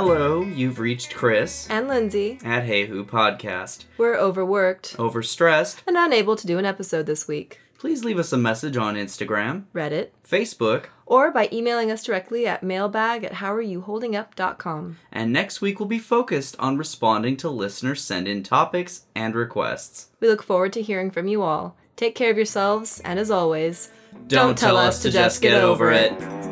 You've reached Chris And Lindsay, at Hey Who Podcast. we're overworked Overstressed? and unable to do an episode this week. Please leave us a message on Instagram, Reddit, Facebook, or by emailing us directly at mailbag at howareyouholdingup.com. and next week we'll be focused on responding to listeners send in topics and requests. We look forward to hearing from you all. Take care of yourselves, and as always, Don't, tell us to just get over it.